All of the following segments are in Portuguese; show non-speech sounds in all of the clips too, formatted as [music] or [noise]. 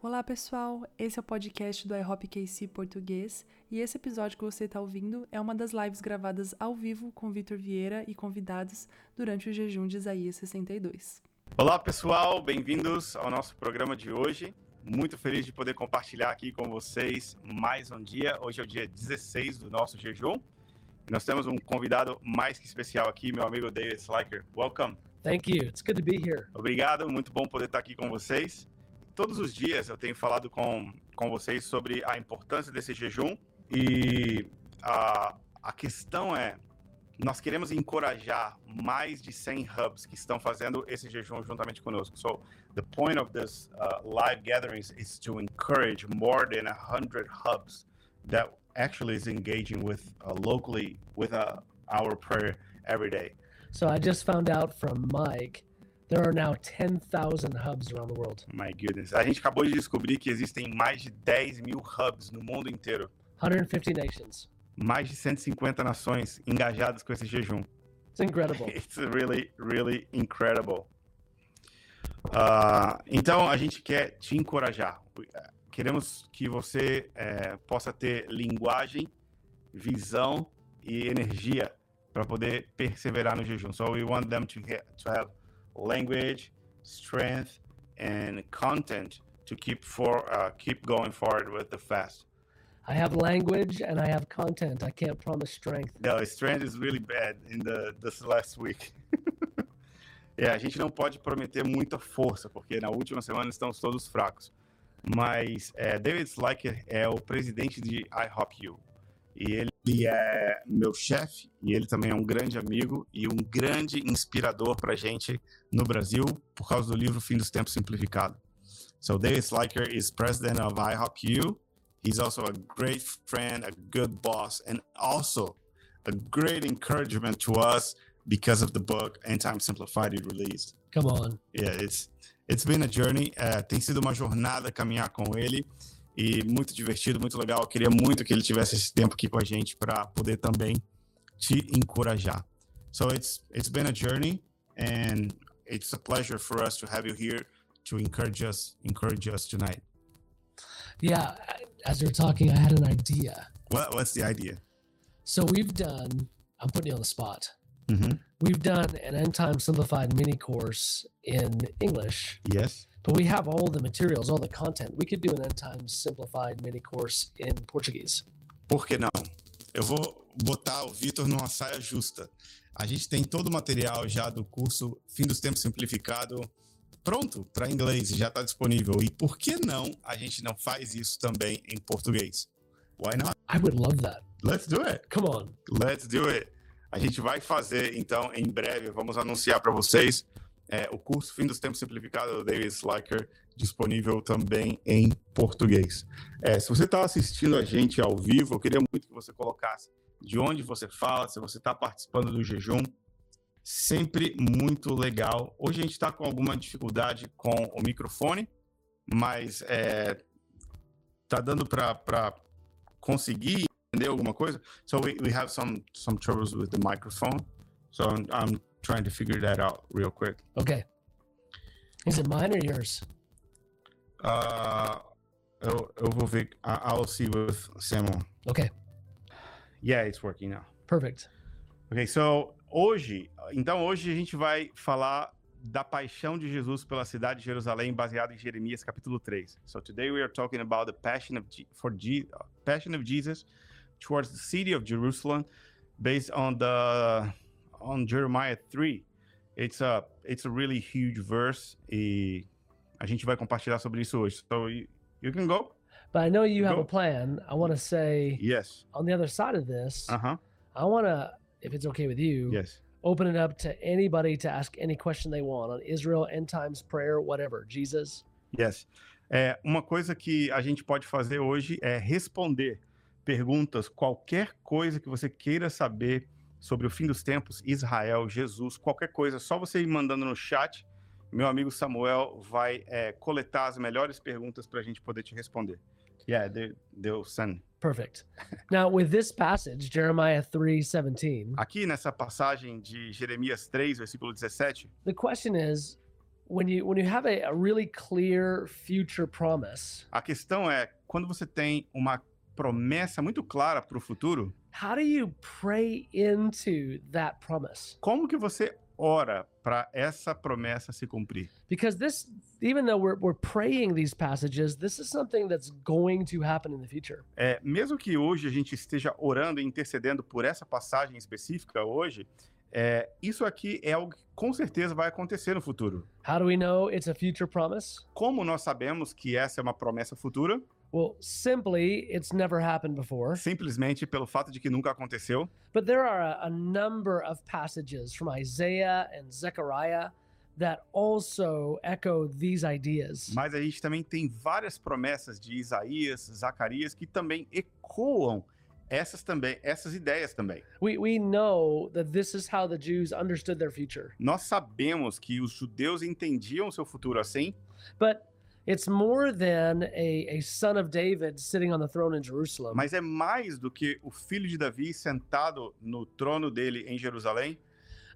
Olá pessoal, esse é o podcast do iHop KC Português e esse episódio que você está ouvindo é uma das lives gravadas ao vivo com Vitor Vieira e convidados durante o jejum de Isaías 62. Olá pessoal, bem-vindos ao nosso programa de hoje. Muito feliz de poder compartilhar aqui com vocês mais um dia. Hoje é o dia 16 do nosso jejum. Nós temos um convidado mais que especial aqui, meu amigo David Sliker. Welcome. Thank you. It's good to be here. Obrigado, muito bom poder estar aqui com vocês. Todos os dias eu tenho falado com, com vocês sobre a importância desse jejum e a, a questão é: nós queremos encorajar mais de 100 hubs que estão fazendo esse jejum juntamente conosco. So, the point of this uh, live gatherings is to encourage more than 100 hubs that actually is engaging with uh, locally with uh, our prayer every day. So I just found out from Mike there are now 10,000 hubs around the world. My goodness. A gente acabou de descobrir que existem mais de 10 mil hubs no mundo inteiro. 150 nations. Mais de 150 nações engajadas com esse jejum. [laughs] It's incredible. It's really, really incredible. Ah, então, a gente quer te encorajar. Queremos que você eh, possa ter linguagem, visão e energia para poder perseverar no jejum. So we want them to, get, to have language, strength and content to keep for uh, keep going forward with the fast. I have language and I have content. I can't promise strength. No, strength is really bad in the this last week. [laughs] é, a gente não pode prometer muita força, porque na última semana estamos todos fracos. Mas é, David Sliker é o presidente de IHOPU. E ele é meu chefe, e ele também é um grande amigo e um grande inspirador pra gente no Brasil, por causa do livro Fim dos Tempos Simplificado. So David Sliker is president of IHOPU. He's also a great friend, a good boss, and also a great encouragement to us because of the book End Time Simplified he released. Come on. Yeah, it's it's been a journey. eh, tem sido uma jornada caminhar com ele e muito divertido, muito legal. Eu queria muito que ele tivesse esse tempo aqui com a gente para poder também te encorajar. So it's it's been a journey and it's a pleasure for us to have you here to encourage us encourage us tonight. Yeah, as you're talking, I had an idea. What, what's the idea? So we've done, I'm putting you on the spot. Mhm. We've done an end time simplified mini course in English, Yes. but we have all the materials, all the content. We could do an end time simplified mini course in Portuguese. Por que não? Eu vou botar o Vitor numa saia justa. A gente tem todo o material já do curso Fim dos Tempos Simplificado pronto para inglês, já está disponível. E por que não a gente não faz isso também em português? Why not? I would love that. Let's do it. Come on. Let's do it. A gente vai fazer, então, em breve, vamos anunciar para vocês é, o curso Fim dos Tempos Simplificado do David Sliker, disponível também em português. É, se você está assistindo a gente ao vivo, eu queria muito que você colocasse de onde você fala, se você está participando do jejum. Sempre muito legal. Hoje a gente está com alguma dificuldade com o microfone, mas é, tá dando para conseguir entender alguma coisa. So we, we have some some troubles with the microphone. So I'm, I'm trying to figure that out real quick. Okay. Is it mine or yours? Uh, eu, eu vou ver. I- I'll see with Samuel. Okay, Yeah, it's working now. perfect. Ok, so hoje, então hoje a gente vai falar da paixão de Jesus pela cidade de Jerusalém, baseado em Jeremias capítulo 3. So today we are talking about the passion of Je- for Je- passion of Jesus towards the city of Jerusalem based on the on Jeremiah 3. It's a it's a really huge verse e a gente vai compartilhar sobre isso hoje. So you, you can go? But I know you have Go. a plan. I want to say Yes. on the other side of this, Uh-huh. I want to, if it's okay with you, Yes. open it up to anybody to ask any question they want on Israel, end times, prayer, whatever, Jesus. Yes. É, uma coisa que a gente pode fazer hoje é responder perguntas, qualquer coisa que você queira saber sobre o fim dos tempos, Israel, Jesus, qualquer coisa, só você ir mandando no chat. Meu amigo Samuel vai é, coletar as melhores perguntas para a gente poder te responder. Yeah, they, they'll send. [laughs] Perfect. now, with this passage, Jeremiah 3 17, Aqui nessa passagem de Jeremias 3, versículo 17, the question is, when you when you have a, a really clear future promise, A questão é, quando você tem uma promessa muito clara para o futuro, how do you pray into that promise? como que você ora para essa promessa se cumprir? Because this, even though we're we're praying these passages, this is something that's going to happen in the future. É, mesmo que hoje a gente esteja orando e intercedendo por essa passagem específica hoje, é, isso aqui é algo que com certeza vai acontecer no futuro. How do we know it's a future promise? Como nós sabemos que essa é uma promessa futura? Well, simply, it's never happened before. Simplesmente pelo fato de que nunca aconteceu. But there are a, a number of passages from Isaiah and Zechariah that also echo these ideas. Mas a gente também tem várias promessas de Isaías, Zacarias, que também ecoam essas também, essas ideias também. We, we know that this is how the Jews understood their future, Nós sabemos que os judeus entendiam seu futuro assim, but it's more than a, a son of David sitting on the throne in Jerusalem. mas é mais do que o filho de Davi sentado no trono dele em Jerusalém.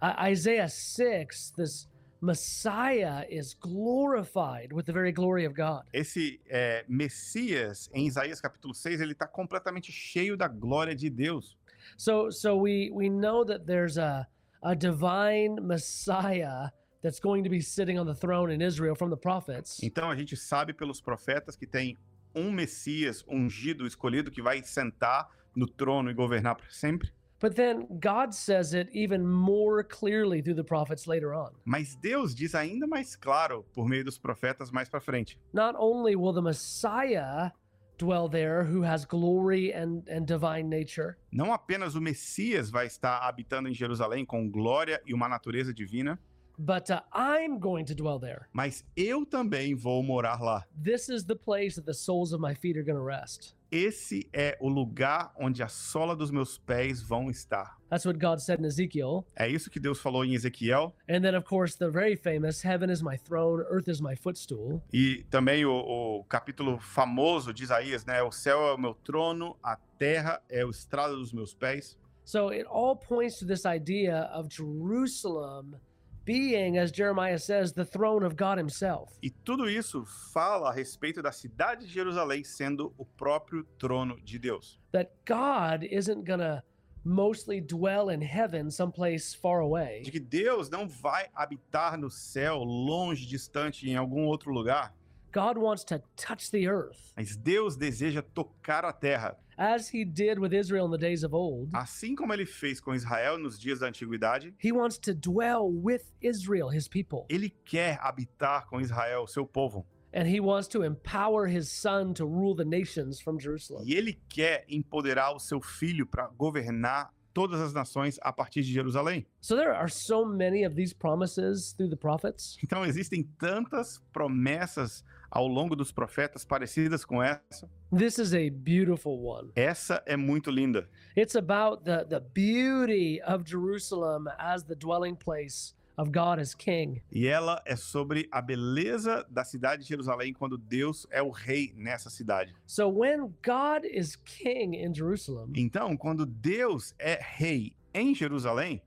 I- Isaiah 6, this Messiah is glorified with the very glory of God. Esse é, Messias, em Isaías capítulo 6, ele está completamente cheio da glória de Deus. So so we we know that there's a a divine Messiah that's going to be sitting on the throne in Israel from the prophets. Então a gente sabe pelos profetas que tem um Messias ungido, escolhido, que vai sentar no trono e governar para sempre. But then God says it even more clearly through the prophets later on. Mas Deus diz ainda mais claro por meio dos profetas mais para frente. Not only will the Messiah dwell there who has glory and and divine nature, Não apenas o Messias vai estar habitando em Jerusalém com glória e uma natureza divina, but uh, I'm going to dwell there. mas eu também vou morar lá. This is the place that the soles of my feet are going to rest. Esse é o lugar onde a sola dos meus pés vão estar. That's what God said in Ezekiel. É isso que Deus falou em Ezequiel And then, of course, the very famous heaven is my throne, earth is my footstool. e também o, o capítulo famoso de Isaías, né? O céu é o meu trono, a terra é o estrado dos meus pés. So it all points to this idea of Jerusalem being, as Jeremiah says, the throne of God Himself. E tudo isso fala a respeito da cidade de Jerusalém sendo o próprio trono de Deus. That God isn't going to mostly dwell in heaven someplace far away, De que Deus não vai habitar no céu, longe, distante, em algum outro lugar, God wants to touch the earth, mas Deus deseja tocar a terra, as He did with Israel in the days of old. assim como ele fez com Israel nos dias da antiguidade. He wants to dwell with Israel, His people, Ele quer habitar com Israel, seu povo, and He wants to empower His Son to rule the nations from Jerusalem. e ele quer empoderar o seu filho para governar todas as nações a partir de Jerusalém. So there are so many of these promises through the prophets. Então existem tantas promessas ao longo dos profetas parecidas com essa. This is a beautiful one. Essa é muito linda. It's about the, the beauty of Jerusalem as the dwelling place of God as King. E ela é sobre a beleza da cidade de Jerusalém quando Deus é o rei nessa cidade. So when God is King in Jerusalem, Então, quando Deus é rei em Jerusalém,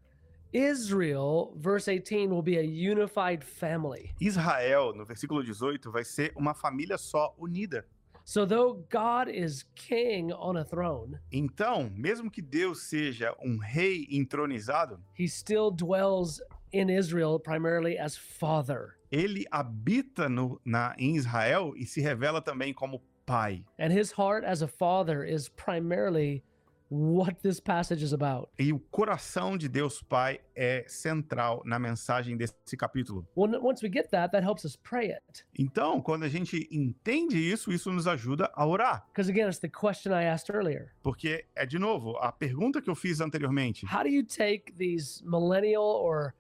Israel, verse 18, will be a unified family. Israel, no versículo 18, vai ser uma família só unida. So though God is King on a throne, Então, mesmo que Deus seja um rei entronizado, he still dwells in Israel primarily as Father. ele habita no- na, em Israel e se revela também como pai. And his heart as a father is primarily what this passage is about. E o coração de Deus Pai é central na mensagem desse capítulo. Well, n- once we get that, that helps us pray it. Então, quando a gente entende isso, isso nos ajuda a orar. Because again, it's the question I asked earlier. Porque é de novo a pergunta que eu fiz anteriormente. how do you take these millennial or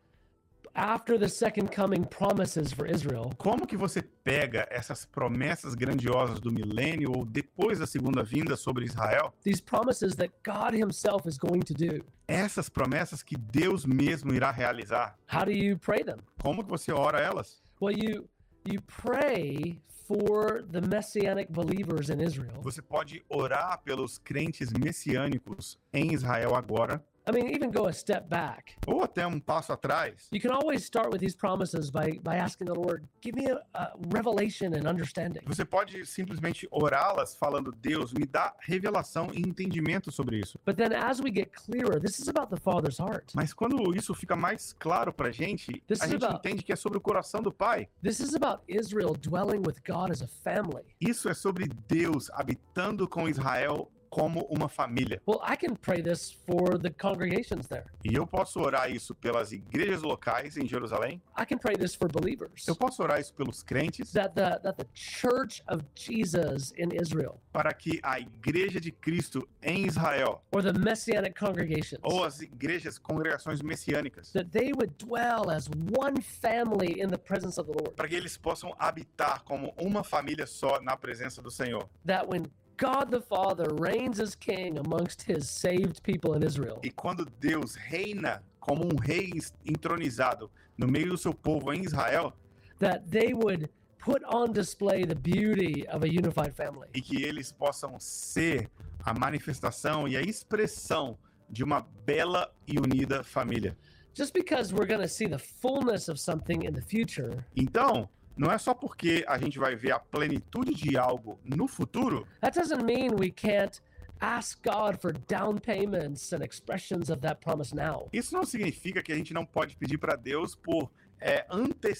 after the second coming promises for Israel Como que você pega essas promessas grandiosas do milênio ou depois da segunda vinda sobre Israel, these promises that God himself is going to do essas promessas que Deus mesmo irá realizar? how do you pray them Como que você ora elas? well you you pray for the messianic believers in Israel Você pode orar pelos crentes messiânicos em Israel agora I mean, even go a step back. Ou até um passo atrás. You can always start with these promises by by asking the Lord, give me a, a revelation and understanding. Você pode simplesmente orá-las falando: Deus, me dá revelação e entendimento sobre isso. But then as we get clearer, this is about the Father's heart. Mas quando isso fica mais claro pra gente, This a is gente about- entende que é sobre o coração do Pai. This is about Israel dwelling with God as a family. Isso é sobre Deus habitando com Israel como uma família. Well, I can pray this for the congregations there. E eu posso orar isso pelas igrejas locais em Jerusalém, I can pray this for believers. eu posso orar isso pelos crentes, That the that the church of Jesus in Israel para que a igreja de Cristo em Israel, or the messianic congregations ou as igrejas, congregações messiânicas, that they would dwell as one family in the presence of the Lord. para que eles possam habitar como uma família só na presença do Senhor. That when God the Father reigns as king amongst his saved people in Israel, E quando Deus reina como um rei entronizado no meio do seu povo em Israel, that they would put on display the beauty of a unified family. e que eles possam ser a manifestação e a expressão de uma bela e unida família. Just because we're going to see the fullness of something in the future, Então, não é só porque a gente vai ver a plenitude de algo no futuro that doesn't mean we can't ask God for down payments and expressions of that promise now. Isso não significa que a gente não pode pedir para Deus por é,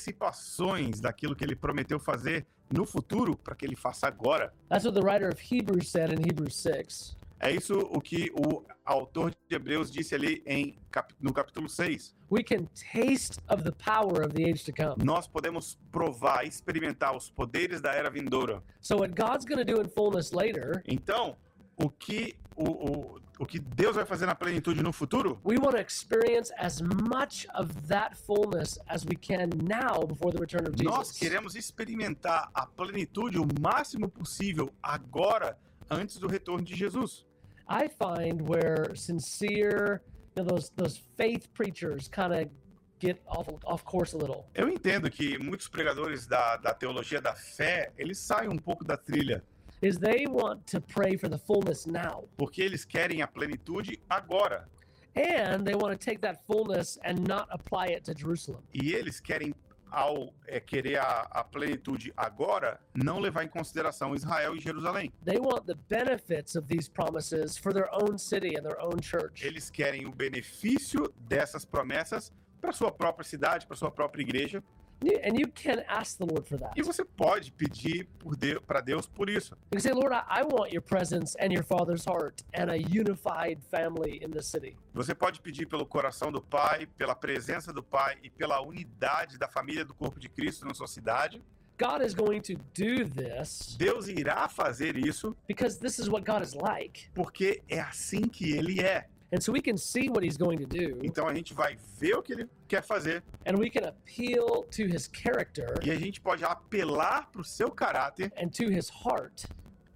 antecipações daquilo que ele prometeu fazer no futuro para que ele faça agora. That's what the writer of Hebrews said in Hebrews 6. É isso o que o autor de Hebreus disse ali em cap- no capítulo 6. We can taste of the power of the age to come. Nós podemos provar, experimentar os poderes da era vindoura. So, what God's going to do in fullness later, Então, o que, o, o, o que Deus vai fazer na plenitude no futuro, we want to experience as much of that fullness as we can now before the return of nós Jesus. queremos experimentar a plenitude o máximo possível agora, antes do retorno de Jesus. I find where sincere, you know, those those faith preachers kind of get off off course a little. Eu entendo que muitos pregadores da, da teologia da fé, eles saem um pouco da trilha, Is they want to pray for the fullness now, porque eles querem a plenitude agora. and they want to take that fullness and not apply it to Jerusalem. E eles querem, ao é, querer a, a plenitude agora, não levar em consideração Israel e Jerusalém. They want the benefits of these promises for their own city and their own church. Eles querem o benefício dessas promessas para sua própria cidade, para sua própria igreja. And you- And you can ask the Lord for that. E You você pode pedir para Deus por isso. can say, Lord, I, I want your presence and your father's heart and a unified family in this city. Você pode pedir pelo coração do Pai, pela presença do Pai e pela unidade da família do corpo de Cristo na sua cidade. God is going to do this Deus irá fazer isso because this is what God is like. porque é assim que ele é. And so we can see what he's going to do, Então a gente vai ver o que ele quer fazer and we can appeal to his character e a gente pode apelar pro seu caráter, and to his heart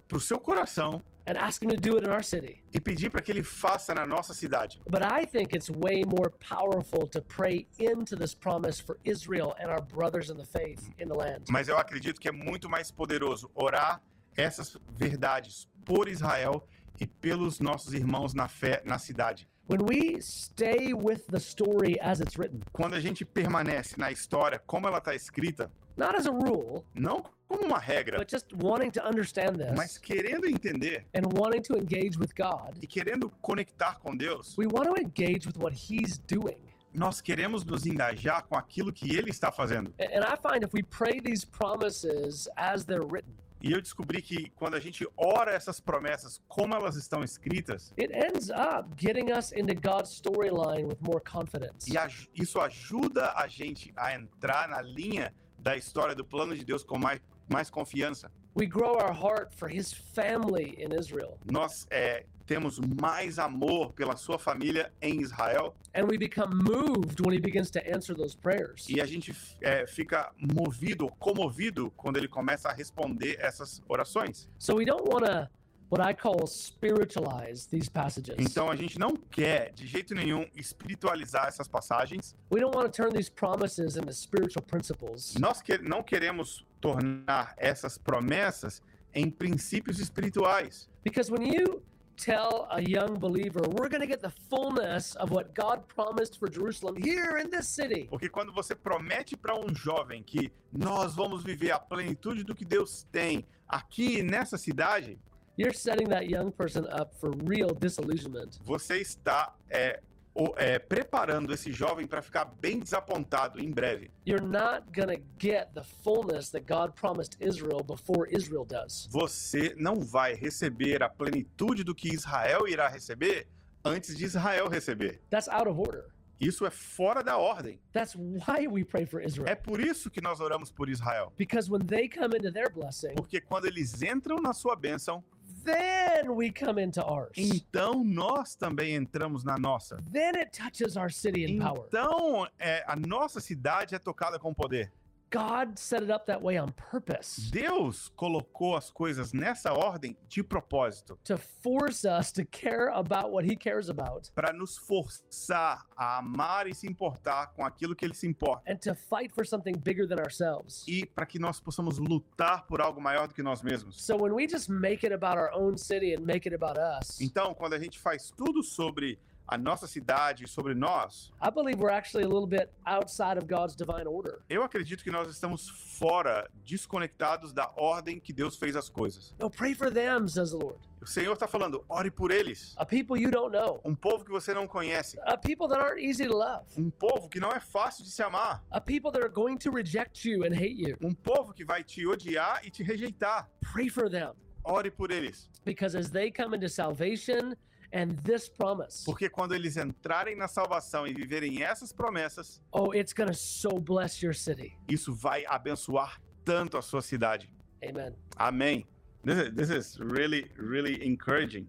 pro seu coração and ask him to do it in our city. e pedir para que ele faça na nossa cidade. But I think it's way more powerful to pray into this promise for Israel and our brothers in the faith in the land. Mas eu acredito que é muito mais poderoso orar essas verdades por Israel e pelos nossos irmãos na fé na cidade. When we stay with the story as it's written, Quando a gente permanece na história como ela está escrita, not as a rule, não como uma regra, but just wanting to understand mas this querendo entender and wanting to engage with God, e querendo conectar com Deus, we want to engage with what he's doing. nós queremos nos engajar com aquilo que ele está fazendo. A- And I find if we pray these promises as they're written, E eu descobri que quando a gente ora essas promessas como elas estão escritas, it ends up getting us into God's storyline with more confidence. e aj- isso ajuda a gente a entrar na linha da história do plano de Deus com mais, mais confiança. We grow our heart for his family in Israel, Nós é, temos mais amor pela sua família em Israel and we become moved when he begins to answer those prayers. e a gente é, fica movido, comovido quando ele começa a responder essas orações. So we don't want to what I call spiritualize these passages. Então a gente não quer de jeito nenhum espiritualizar essas passagens. we don't want to turn these promises into spiritual principles. Nós que- não queremos tornar essas promessas em princípios espirituais, Because when you tell a young believer, we're going to get the fullness of what God promised for Jerusalem here in this city. Porque quando você promete para um jovem que nós vamos viver a plenitude do que Deus tem aqui nessa cidade, You're setting that young person up for real disillusionment. você está é, o- é, preparando esse jovem para ficar bem desapontado em breve. You're not going to get the fullness that God promised Israel before Israel does. Você não vai receber a plenitude do que Israel irá receber antes de Israel receber. That's out of order. Isso é fora da ordem. That's why we pray for É Israel. por isso que nós oramos por Israel. Because when they come into their blessing, Porque quando eles entram na sua bênção, then we come into ours. então nós também entramos na nossa. Then it touches our city Mm. in power. Então, é, a nossa cidade é tocada com poder. God set it up that way on purpose Deus colocou as coisas nessa ordem de propósito to force us to care about what He cares about para nos forçar a amar e se importar com aquilo que ele se importa and to fight for something bigger than ourselves. e para que nós possamos lutar por algo maior do que nós mesmos. So when we just make it about our own city and make it about us, Então, quando a gente faz tudo sobre a nossa cidade e sobre nós, I believe we're actually a little bit outside of God's divine order. eu acredito que nós estamos fora, desconectados da ordem que Deus fez as coisas. No, pray for them, says the Lord. O Senhor está falando, ore por eles. A people you don't know, Um povo que você não conhece. a people that aren't easy to love, Um povo que não é fácil de se amar. a people that are going to reject you and hate you. Um povo que vai te odiar e te rejeitar. Pray for them Ore por eles. because as they come into salvation and this promise, Porque quando eles entrarem na salvação e viverem essas promessas, oh, it's going to so bless your city. isso vai abençoar tanto a sua cidade. Amen. Amém. This is, this is really, really encouraging.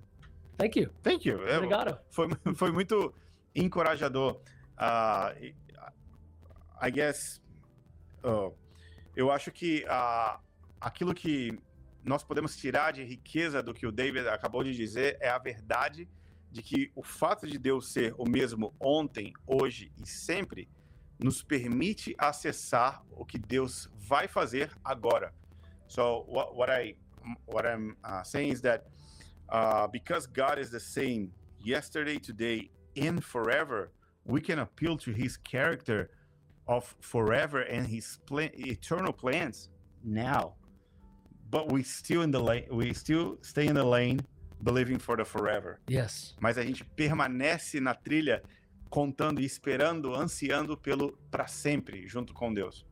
Thank you. Thank you. É, Obrigado. Foi, [laughs] foi muito encorajador. Ah, e- ah, I guess. oh, eu acho que ah, aquilo que nós podemos tirar de riqueza do que o David acabou de dizer é a verdade de que o fato de Deus ser o mesmo ontem, hoje e sempre nos permite acessar o que Deus vai fazer agora. So what, what I what I'm uh, saying is that uh, because God is the same yesterday, today, and forever, we can appeal to His character of forever and His plan, eternal plans now. But we still in the lane. We still stay in the lane, believing for the forever. Yes. Mas a gente permanece na trilha, contando e esperando, ansiando pelo para sempre junto com Deus.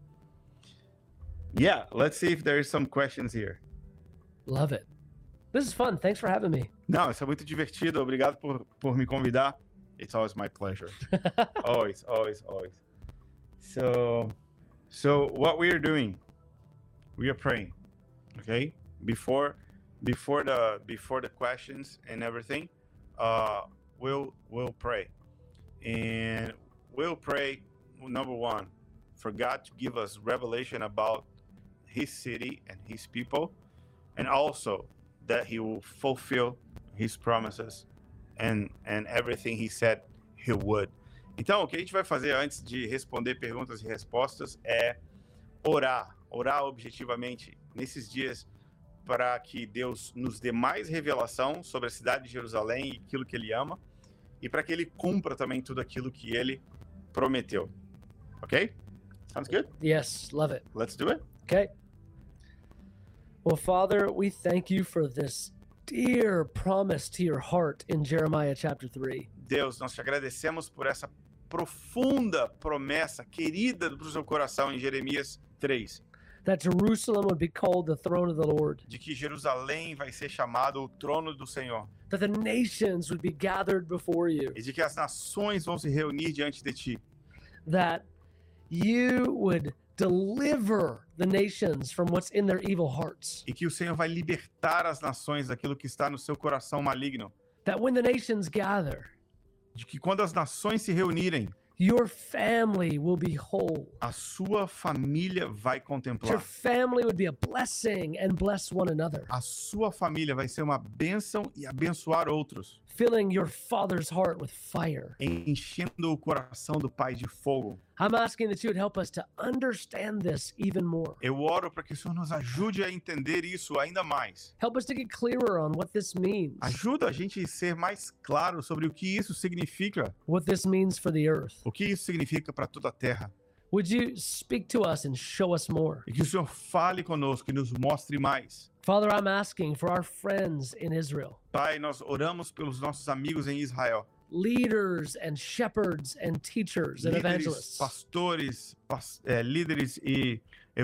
Yeah, let's see if there is some questions here. Love it. This is fun. Thanks for having me. [laughs] Não, isso é muito divertido. Obrigado por, por me convidar. It's always my pleasure. always, always, always. So, so what we are doing, we are praying, okay? Before, before the before the questions and everything, uh, we'll we'll pray, and we'll pray number one for God to give us revelation about His city and His people, and also that He will fulfill His promises and and everything He said He would. Então, o que a gente vai fazer antes de responder perguntas e respostas é orar, orar objetivamente nesses dias para que Deus nos dê mais revelação sobre a cidade de Jerusalém e aquilo que ele ama e para que ele cumpra também tudo aquilo que ele prometeu. OK? Sounds good? Yes. Love it. Let's do it. Okay. Well, Father, we thank you for this dear promise to your heart in Jeremiah chapter 3. Deus, nós te agradecemos por essa profunda promessa querida para o seu coração em Jeremias 3, That Jerusalem would be called the throne of the Lord, de que Jerusalém vai ser chamado o trono do Senhor. that the nations would be gathered before you, e de que as nações vão se reunir diante de ti, that you would deliver the nations from what's in their evil hearts, e que o Senhor vai libertar as nações daquilo que está no seu coração maligno, that when the nations gather, de que quando as nações se reunirem, your family will be whole. a sua família vai Your contemplar, family would be a blessing and bless one another, a sua família vai ser uma bênção e abençoar outros, filling your father's heart with fire. enchendo o coração do Pai de fogo. I'm asking that you would help us to understand this even more. Eu oro para que o Senhor nos ajude a entender isso ainda mais. Help us to get clearer on what this means, Ajuda a gente a ser mais claro sobre o que isso significa, what this means for the earth. o que isso significa para toda a terra. Would you speak to us and show us more? E que o Senhor fale conosco e nos mostre mais. Father, I'm asking for our friends in Israel, Pai, nós oramos pelos nossos amigos em Israel, leaders and shepherds and teachers and líderes, evangelists. pastores, pas- eh, líderes e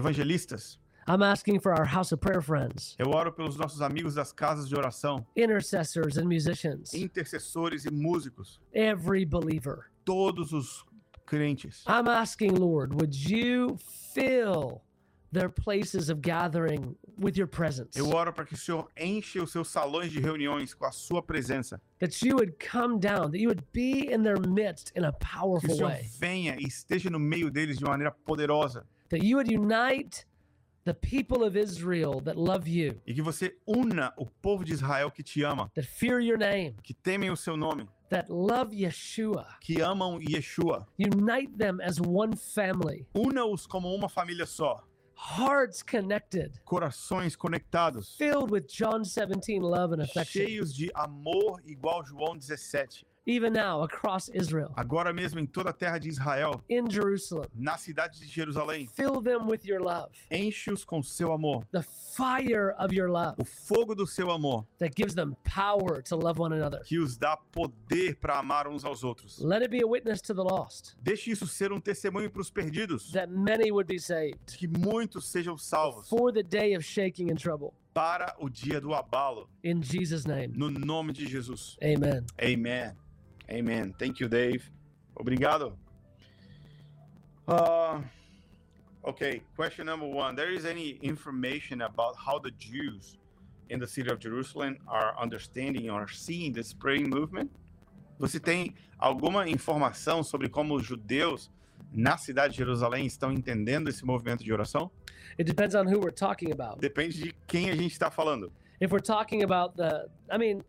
evangelistas. I'm asking for our house of prayer friends, Eu oro pelos nossos amigos das casas de oração, intercessors and musicians, intercessores e músicos, every believer. todos os crentes. I'm asking, Lord, would you fill their places of gathering with your presence? Eu oro para que o Senhor enche os seus salões de reuniões com a sua presença. That you would come down, that you would be in their midst in a Que o powerful Senhor way, venha e esteja no meio deles de maneira poderosa. that you would unite the people of Israel that love you, E que você una o povo de Israel que te ama, that fear your name, que temem o seu nome, that love Yeshua. que amam Yeshua. Unite them as one family, Una-os como uma família só, hearts connected, corações conectados, filled with John 17 love and affection, cheios de amor igual João 17. even now across Israel, Agora mesmo em toda a terra de Israel, in Jerusalem. na cidade de Jerusalém, Fill them with your love, enche-os com seu amor, the fire of your love o fogo do seu amor, that gives them power to love one another. que os dá poder para amar uns aos outros. Let it be a witness to the lost Deixe isso ser um testemunho para os perdidos, that many would be saved que muitos sejam salvos for the day of shaking and trouble. para o dia do abalo, In Jesus' name, no nome de Jesus. amen. Amen. Amen. Thank you, Dave. Obrigado. Uh, okay, question number one. There is any information about how the Jews in the city of Jerusalem are understanding or seeing the spring movement? Você tem alguma informação sobre como os judeus na cidade de Jerusalém estão entendendo esse movimento de oração? It depends on who we're talking about. Depende de quem a gente está falando. If we're talking about the, I mean,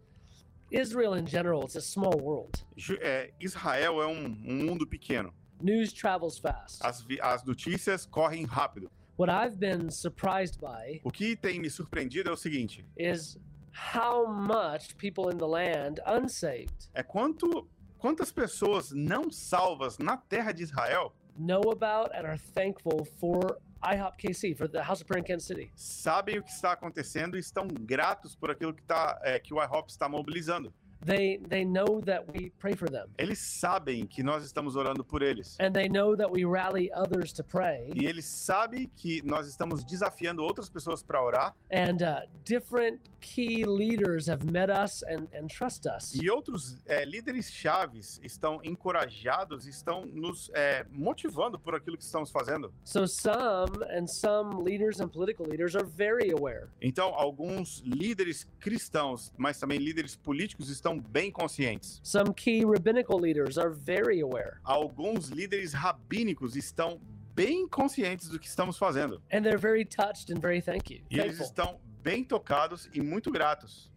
Israel in general, it's a small world. Ju- é, Israel é um, um mundo pequeno. News travels fast. As, vi- as notícias correm rápido. What I've been surprised by O que tem me surpreendido é o seguinte: is how much people in the land, unsaved, é quanto quantas pessoas não salvas na terra de Israel know about and are thankful for IHOP KC, for the House of Prayer in Kansas City. sabem o que está acontecendo e estão gratos por aquilo que tá, é, que o IHOP está mobilizando. They they know that we pray for them, Eles sabem que nós estamos orando por eles. and they know that we rally others to pray. E eles sabem que nós estamos desafiando outras pessoas para orar And uh, different key leaders have met us and and trust us. e outros é, líderes chaves estão encorajados, estão nos é, motivando por aquilo que estamos fazendo. So some and some leaders and political leaders are very aware. Então, alguns líderes cristãos, mas também líderes políticos, estão bem conscientes. Some key rabbinical leaders are very aware, Alguns líderes rabínicos estão bem conscientes do que estamos fazendo. and they're very touched and very thank you. E eles thankful. estão bem tocados e muito gratos.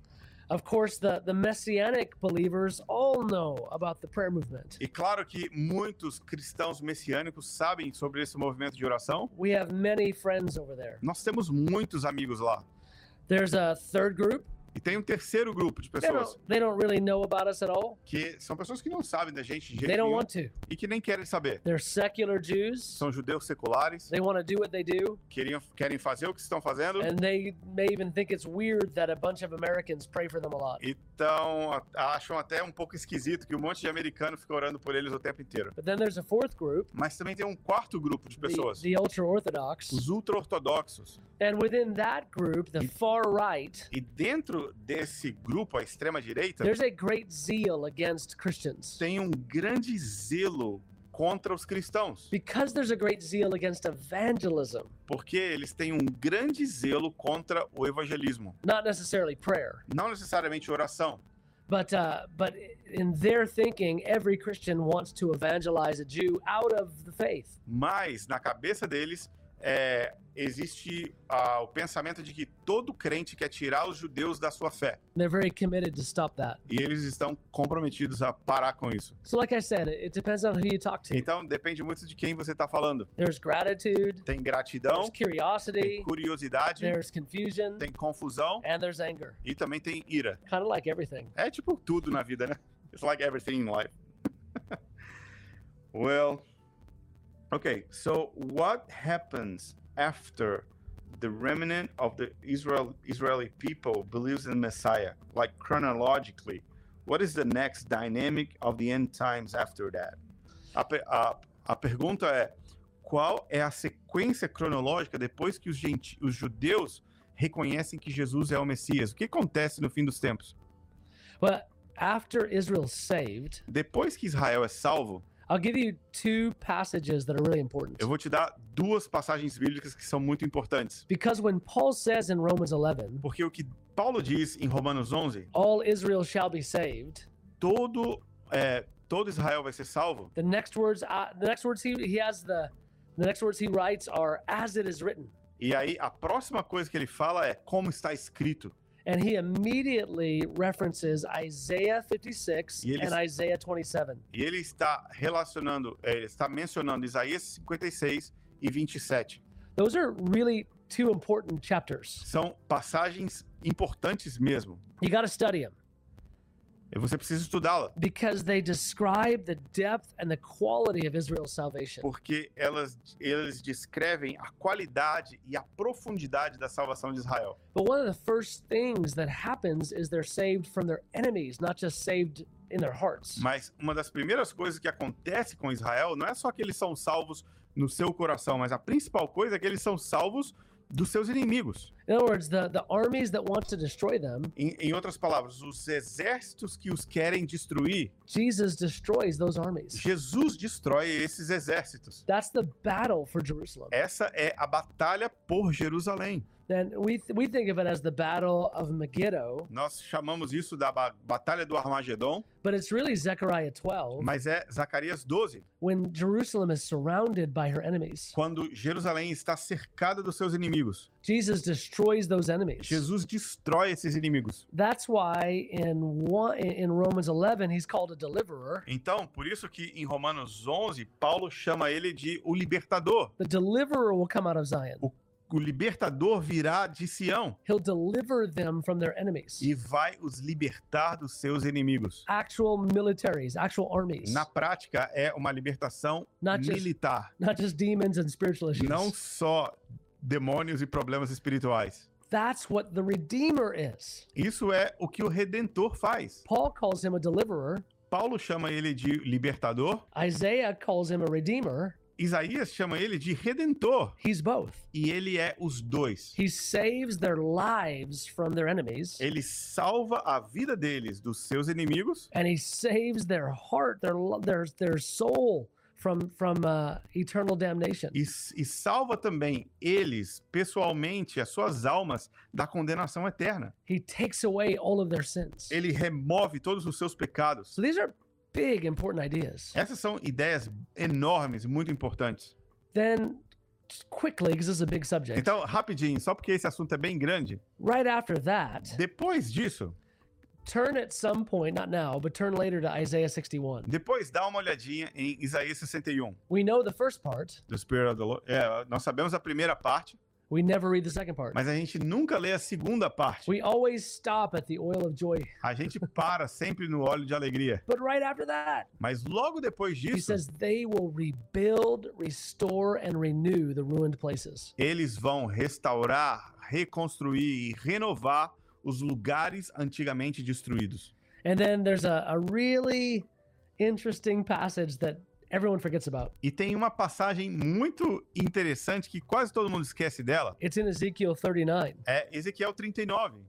Of course, the, the messianic believers all know about the prayer movement. E claro que muitos cristãos messiânicos sabem sobre esse movimento de oração. We have many friends over there. Nós temos muitos amigos lá. There's a third group. E tem um terceiro grupo de They pessoas don't, they don't really know about us at all. que são pessoas que não sabem da gente de They jeito don't nenhum want to. e que nem querem saber. They're secular Jews. São judeus seculares, They want to do what they do. queriam, querem fazer o que estão fazendo. And they may even think it's weird that a bunch of Americans pray for them a lot. Então, a- acham até um pouco esquisito que um monte de americano fica orando por eles o tempo inteiro. But then there's a fourth group, Mas também tem um quarto grupo de the, pessoas, the ultra Orthodox. os ultra-ortodoxos. And within that group, the far right, E dentro desse grupo, a extrema-direita, there's a great zeal against Christians. tem um grande zelo contra os cristãos, Because there's a great zeal against evangelism, porque eles têm um grande zelo contra o evangelismo. not necessarily prayer, Não necessariamente oração, but uh, but in their thinking, every Christian wants to evangelize a Jew out of the faith. mas na cabeça deles, é, existe ah, o pensamento de que todo crente quer tirar os judeus da sua fé. They're very committed to stop that. E eles estão comprometidos a parar com isso. So, like I said, it depends on who you talk to. Então, depende muito de quem você está falando. There's gratitude, Tem there's gratidão, tem curiosity, curiosidade, there's confusion, tem confusão and there's anger. e também tem ira. Kind of like everything. É tipo tudo na vida, né? [laughs] It's like everything in life. [laughs] well, okay, so what happens after the remnant of the Israel Israeli people believes in Messiah? Like chronologically, what is the next dynamic of the end times after that? A, per- a, a pergunta é: qual é a sequência cronológica depois que os, genti- os judeus reconhecem que Jesus é o Messias? O que acontece no fim dos tempos? But after Israel's saved, Depois que Israel é salvo, I'll give you two passages that are really important. eu vou te dar duas passagens bíblicas que são muito importantes. Because when Paul says in Romans 11, Porque o que Paulo diz em Romanos 11, all Israel shall be saved, todo, é, todo Israel vai ser salvo. the next words uh, the next words he, he has the the next words he writes are as it is written. E aí a próxima coisa que ele fala é como está escrito. And he immediately references Isaiah 56 E eles- and Isaiah 27. E ele está relacionando, é, ele está mencionando Isaías 56 e 27. Those are really two important chapters. São passagens importantes mesmo. You got to study them E você precisa estudá-la, because they describe the depth and the quality of Israel's salvation. porque elas, eles descrevem a qualidade e a profundidade da salvação de Israel. But one of the first things that happens is they're saved from their enemies, not just saved in their hearts. Mas uma das primeiras coisas que acontece com Israel não é só que eles são salvos no seu coração, mas a principal coisa é que eles são salvos dos seus inimigos. In other words, the, the armies that want to destroy them, Em, em outras palavras, os exércitos que os querem destruir, Jesus destroys those armies. Jesus destrói esses exércitos. That's the battle for Jerusalem. Essa é a batalha por Jerusalém. And we, th- we think of it as the battle of Megiddo, Nós chamamos isso da ba- Batalha do Armagedon, but it's really Zechariah 12 mas é Zacarias 12, when Jerusalem is surrounded by her enemies. quando Jerusalém está cercada dos seus inimigos. Jesus destroys those enemies. Jesus destrói esses inimigos. That's why in one, in Romans 11 he's called a deliverer. Então, por isso que em Romanos 11, Paulo chama ele de o libertador. The deliverer will come out of Zion. O libertador virá de Sião He'll deliver them from their enemies. e vai os libertar dos seus inimigos. Actual militaries, actual armies, Na prática, é uma libertação not just militar, not just demons and spiritual issues. não só demônios e problemas espirituais. That's what the redeemer is. Isso é o que o redentor faz. Paul calls him a deliverer. Paulo chama ele de libertador, Isaiah calls him a redeemer. Isaías chama ele de redentor, He's both. e ele é os dois. He saves their lives from their enemies, Ele salva a vida deles dos seus inimigos and he saves their heart, their lo- their their soul from from uh, eternal damnation. e, e salva também eles pessoalmente, as suas almas, da condenação eterna. He takes away all of their sins. Ele remove todos os seus pecados. So these are big, important ideas. Essas são ideias enormes, muito importantes. Then, just quickly, because this is a big subject. Então, rapidinho, só porque esse assunto é bem grande. Right after that, Depois disso, turn at some point, not now, but turn later to Isaiah 61. depois dá uma olhadinha em Isaías 61. We know the first part, Do Spirit of the Lord. É, nós sabemos a primeira parte, we never read the second part. mas a gente nunca lê a segunda parte. We always stop at the oil of joy. A gente para sempre no óleo de alegria. But right after that, Mas logo depois he disso, says they will rebuild, restore, and renew the ruined places. eles vão restaurar, reconstruir e renovar os lugares antigamente destruídos. And then there's a, a really interesting passage that everyone forgets about. E tem uma passagem muito interessante que quase todo mundo esquece dela, It's in Ezekiel 39. é Ezequiel 39.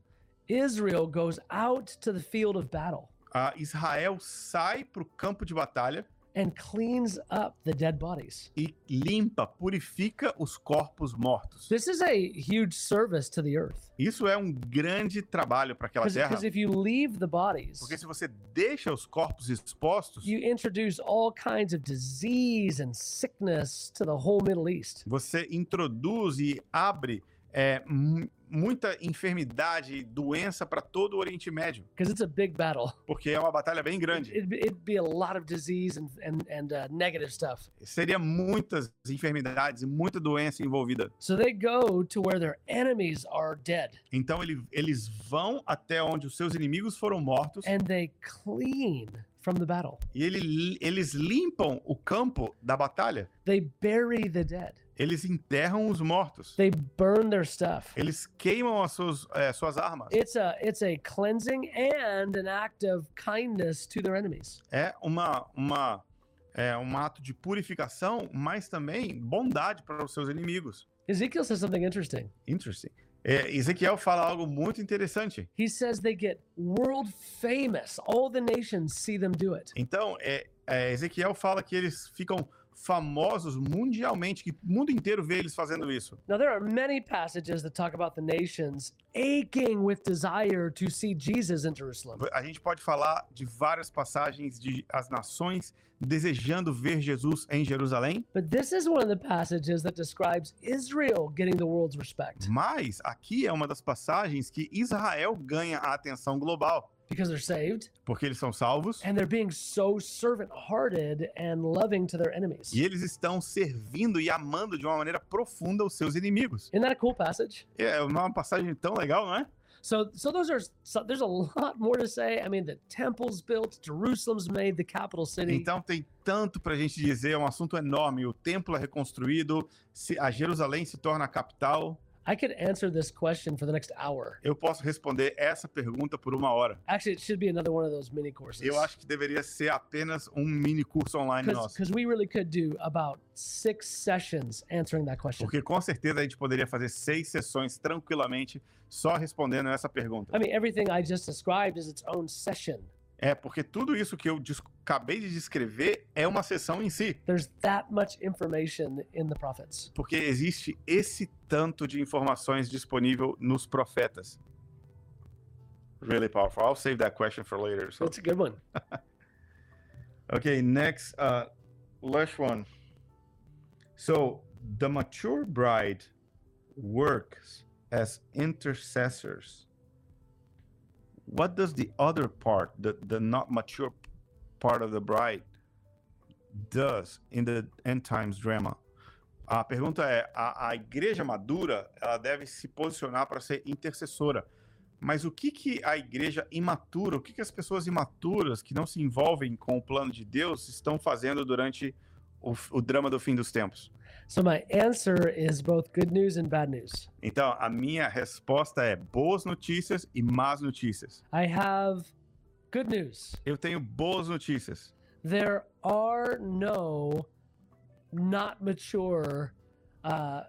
Israel goes out to the field of battle. Ah, Israel sai para o campo de batalha and cleans up the dead bodies. e limpa, purifica os corpos mortos. This is a huge service to the earth. Isso é um grande trabalho para aquela terra, Because if you leave the bodies, porque se você deixa os corpos expostos, you introduce all kinds of disease and sickness to the whole Middle East. você introduz e abre é, mu- muita enfermidade e doença para todo o Oriente Médio, Because it's a big battle. porque é uma batalha bem grande. It'd, be- it'd be a lot of disease and, and, and uh, negative stuff. Seria muitas enfermidades e muita doença envolvida. So they go to where their enemies are dead Então ele- eles vão até onde os seus inimigos foram mortos and they clean from the battle. e ele- eles limpam o campo da batalha. They bury the dead. Eles enterram os mortos. They burn their stuff. Eles queimam as suas, eh, suas armas. It's a it's a cleansing and an act of kindness to their enemies. É uma, uma, é um ato de purificação, mas também bondade para os seus inimigos. Ezekiel says something interesting. Interesting. É, Ezequiel fala algo muito interessante. He says they get world famous. All the nations see them do it. Então, é, é, Ezequiel fala que eles ficam famosos mundialmente, que o mundo inteiro vê eles fazendo isso. Now there are many passages that talk about the nations aching with desire to see Jesus in Jerusalem. A gente pode falar de várias passagens de as nações desejando ver Jesus em Jerusalém, But this is one of the passages that describes Israel getting the world's respect mas aqui é uma das passagens que Israel ganha a atenção global, because they're saved porque eles são salvos and they're being so servant-hearted and loving to their enemies. e eles estão servindo e amando de uma maneira profunda os seus inimigos. Isn't that a cool passage? É uma passagem tão legal, não é? So, so those are so there's a lot more to say. I mean, the temple's built, Jerusalem's made the capital city. Então tem tanto pra gente dizer, é um assunto enorme. O templo é reconstruído, se- a Jerusalém se torna a capital. I could answer this question for the next hour. Eu posso responder essa pergunta por uma hora. Actually, it should be another one of those mini courses. Eu acho que deveria ser apenas um mini curso online nosso. because we really could do about six sessions answering that question. Porque com certeza a gente poderia fazer seis sessões tranquilamente só respondendo essa pergunta. I mean, everything I just described is its own session. É, porque tudo isso que eu des- acabei de descrever é uma sessão em si. There's that much information in the prophets. Porque existe esse tanto de informações disponível nos profetas. Really powerful. I'll save that question for later. so- That's a good one. Okay, next, uh, last one. So the mature bride works as intercessors. What does the other part, the, the not mature part of the bride, does in the end times drama? A pergunta é: a, a igreja madura ela deve se posicionar para ser intercessora. Mas o que, que a igreja imatura, o que, que as pessoas imaturas que não se envolvem com o plano de Deus estão fazendo durante o, f- o drama do fim dos tempos? So my answer is both good news and bad news. Então, a minha resposta é boas notícias e más notícias. I have good news. Eu tenho boas notícias. there are no not mature uh,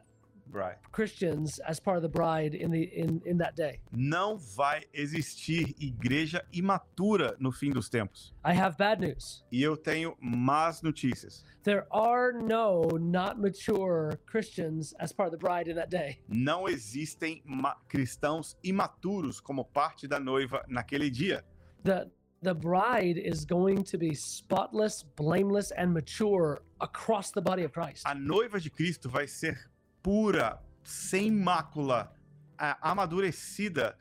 Brian. Christians as part of the bride in the in in that day. Não vai existir igreja imatura no fim dos tempos. I have bad news. E eu tenho más notícias. There are no not mature Christians as part of the bride in that day. Não existem ma- cristãos imaturos como parte da noiva naquele dia. The the bride is going to be spotless, blameless, and mature across the body of Christ. a noiva de Cristo vai ser pura, sem mácula, a- amadurecida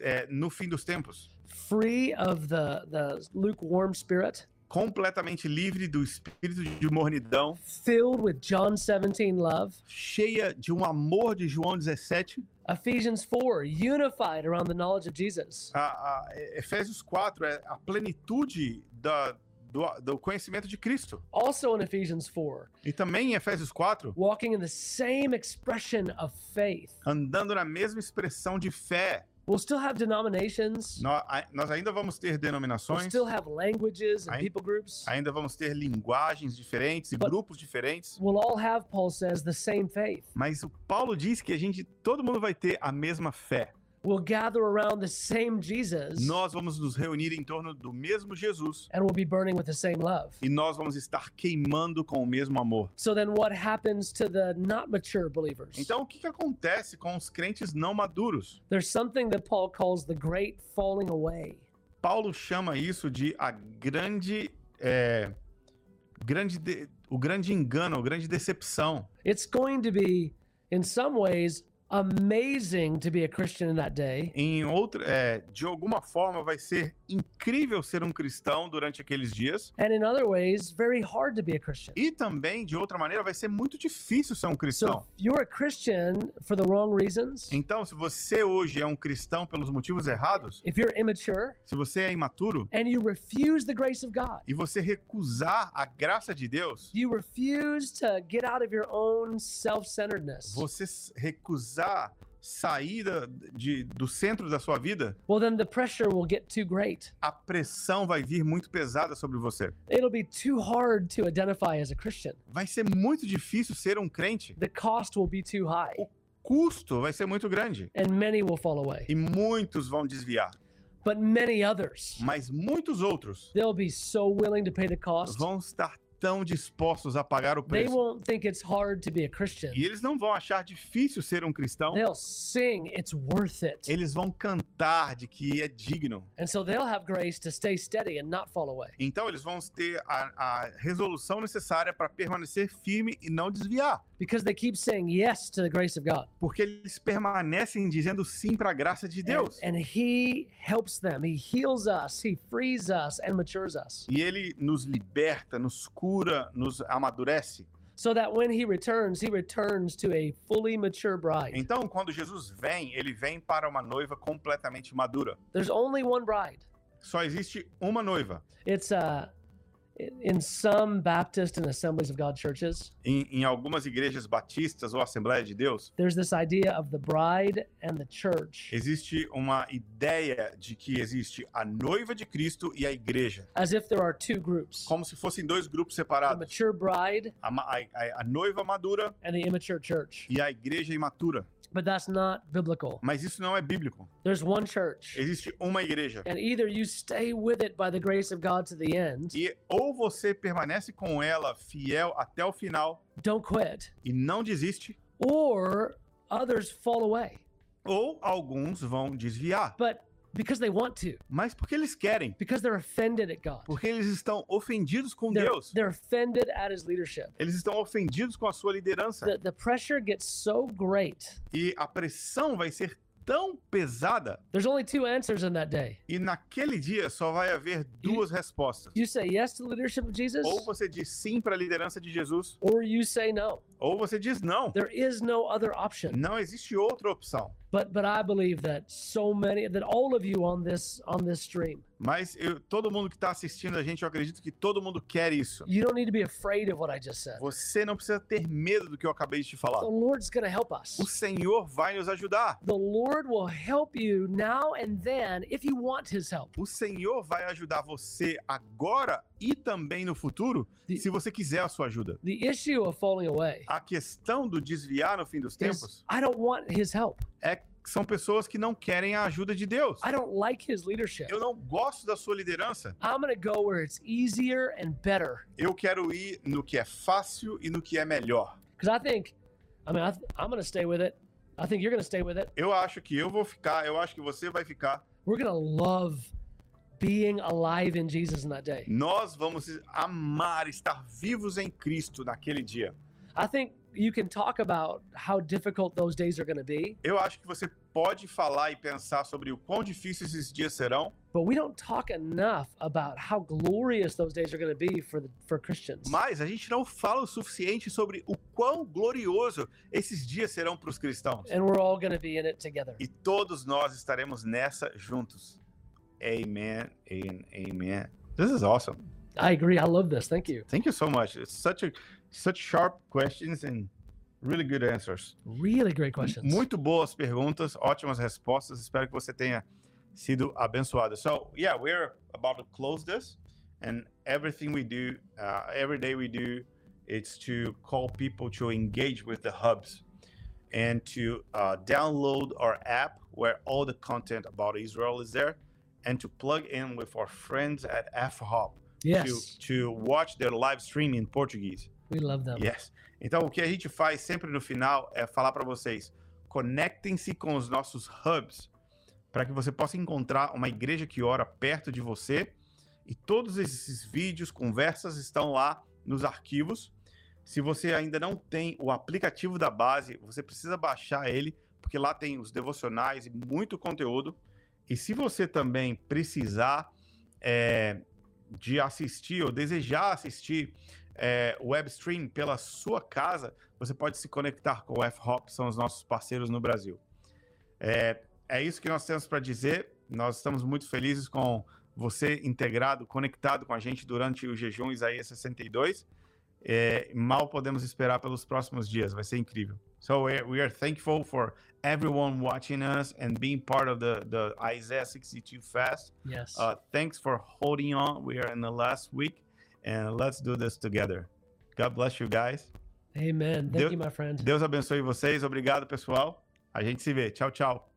é, no fim dos tempos, Free of the the lukewarm spirit, completamente livre do espírito de mornidão, filled with John 17 love. cheia de um amor de João 17. Ephesians 4, unified around the knowledge of Jesus. A, a- Efésios 4 é a plenitude da- do, do conhecimento de Cristo. also in Ephesians 4, E também em Efésios 4, walking in the same expression of faith. Uh, andando na mesma expressão de fé. We'll still have denominations, Nó- a- Nós ainda vamos ter we'll denominações, still have languages and I- people groups. ainda vamos ter linguagens diferentes e But- grupos diferentes. We'll all have, Paul says, the same faith. Mas o Paulo diz que a gente, todo mundo vai ter a mesma fé. will gather around the same Jesus Nós vamos nos reunir em torno do mesmo Jesus and will be burning with the same love. e nós vamos estar queimando com o mesmo amor. So then what happens to the not mature believers? Então, o que, que acontece com os crentes não maduros? There's something that Paul calls the great falling away. Paulo chama isso de a grande, é, grande de- o grande engano, a grande decepção. It's going to be in some ways amazing to be a Christian in that day, Em outra, é, de alguma forma, vai ser incrível ser um cristão durante aqueles dias. and in other ways very hard to be a Christian. E também, de outra maneira, vai ser muito difícil ser um So cristão. if you're a Christian for the wrong reasons, Então, se você hoje é um cristão pelos motivos errados, if you're immature se você é imaturo and you refuse the grace of God, e você recusar a graça de Deus, you refuse to get out of your own self-centeredness. você s- recusar sair da- de, do centro da sua vida, Well, then the pressure will get too great. a pressão vai vir muito pesada sobre você. It'll be too hard to identify as a Christian. Vai ser muito difícil ser um crente. The cost will be too high, Custo vai ser muito grande. and many will fall away. E muitos vão desviar. But many others, Mas muitos outros they'll be so willing to pay the cost. vão estar tão dispostos a pagar o They preço. won't think it's hard to be a Christian. E eles não vão achar difícil ser um cristão. They'll sing, it's worth it. Eles vão cantar de que é digno. And so they'll have grace to stay steady and not fall away. Então eles vão ter a, a resolução necessária para permanecer firme e não desviar. Because they keep saying yes to the grace of God. Porque eles permanecem dizendo sim para a graça de And, Deus. and He helps them. He heals us. He frees us and matures us. E ele nos liberta, nos cura, nos amadurece. So that when He returns, He returns to a fully mature bride. Então, quando Jesus vem, ele vem para uma noiva completamente madura. There's only one bride. Só existe uma noiva. It's uh, in some Baptist and Assemblies of God churches, Em, em algumas igrejas batistas ou Assembleia de Deus, there's this idea of the bride and the church existe uma ideia de que existe a noiva de Cristo e a igreja, as if there are two groups como se fossem dois grupos the separados. mature bride a, ma- a- a- a noiva madura and the immature church. e a igreja imatura. But that's not biblical. Mas isso não é bíblico. There's one church. Existe uma igreja. And either you stay with it by the grace of God to the end, E ou você permanece com ela fiel até o final don't quit, e não desiste, or others fall away. ou alguns vão desviar. But because they want to, Mas porque eles querem. because they're offended at God, Porque eles estão ofendidos com they're, Deus. they're offended at his leadership. Eles estão ofendidos com a sua liderança. The, the pressure gets so great. E a pressão vai ser tão pesada. There's only two answers in that day. E naquele dia só vai haver duas respostas. You say yes to the leadership of Jesus, Ou você diz sim para a liderança de Jesus, or you say no. ou você diz não. There is no other option. Não existe outra opção. But but I believe that so many that all of you on this on this stream, Mas eu- todo mundo que está assistindo a gente, eu acredito que todo mundo quer isso. you don't need to be afraid of what I just said. Você não precisa ter medo do que eu acabei de te falar. The Lord's going to help us. O Senhor vai nos ajudar. The Lord will help you now and then if you want his help. O Senhor vai ajudar você agora e também no futuro, The- se você quiser a sua ajuda. The issue of falling away A questão do desviar no fim dos is tempos I don't want his help. é que são pessoas que não querem a ajuda de Deus. I don't like his leadership. Eu não gosto da sua liderança. I'm going to go where it's easier and better. Eu quero ir no que é fácil e no que é melhor. Because I think, I mean, I th- I'm going to stay with it. I think you're going to stay with it. Eu acho que eu vou ficar, eu acho que você vai ficar. We're going to love being alive in Jesus in that day. Nós vamos amar estar vivos em Cristo naquele dia. I think you can talk about how difficult those days are going to be, Eu acho que você pode falar e pensar sobre o quão difíceis esses dias serão, but we don't talk enough about how glorious those days are going to be for the, for Christians. mas a gente não fala o suficiente sobre o quão glorioso esses dias serão para os cristãos. and we're all going to be in it together. E todos nós estaremos nessa juntos. Amen. Amen. Amen. This is awesome. I agree. I love this. Thank you. Thank you so much. It's such a such sharp questions and really good answers. Really great questions. Muito boas perguntas, ótimas respostas. Espero que você tenha sido abençoado. So, yeah, we're about to close this and everything we do, uh, every day we do, it's to call people to engage with the hubs. and to uh, download our app where all the content about Israel is there, and to plug in with our friends at FHOP Yes. to, to watch their live stream em português. We love them. Yes. Então, o que a gente faz sempre no final é falar para vocês: conectem-se com os nossos hubs, para que você possa encontrar uma igreja que ora perto de você. E todos esses vídeos, conversas estão lá nos arquivos. Se você ainda não tem o aplicativo da base, você precisa baixar ele, porque lá tem os devocionais e muito conteúdo. E se você também precisar é, de assistir ou desejar assistir é, webstream pela sua casa, você pode se conectar com o F-Hop, são os nossos parceiros no Brasil. É, é isso que nós temos para dizer. Nós estamos muito felizes com você integrado, conectado com a gente durante o jejum Isaías 62. É, mal podemos esperar pelos próximos dias, vai ser incrível. So we we are thankful for everyone watching us and being part of the, the Isaiah 62 fast. Yes. Uh, thanks for holding on. We are in the last week, and let's do this together. God bless you guys. Amen. Thank Deus- you, my friend. Deus abençoe vocês. Obrigado, pessoal. A gente se vê. Tchau, tchau.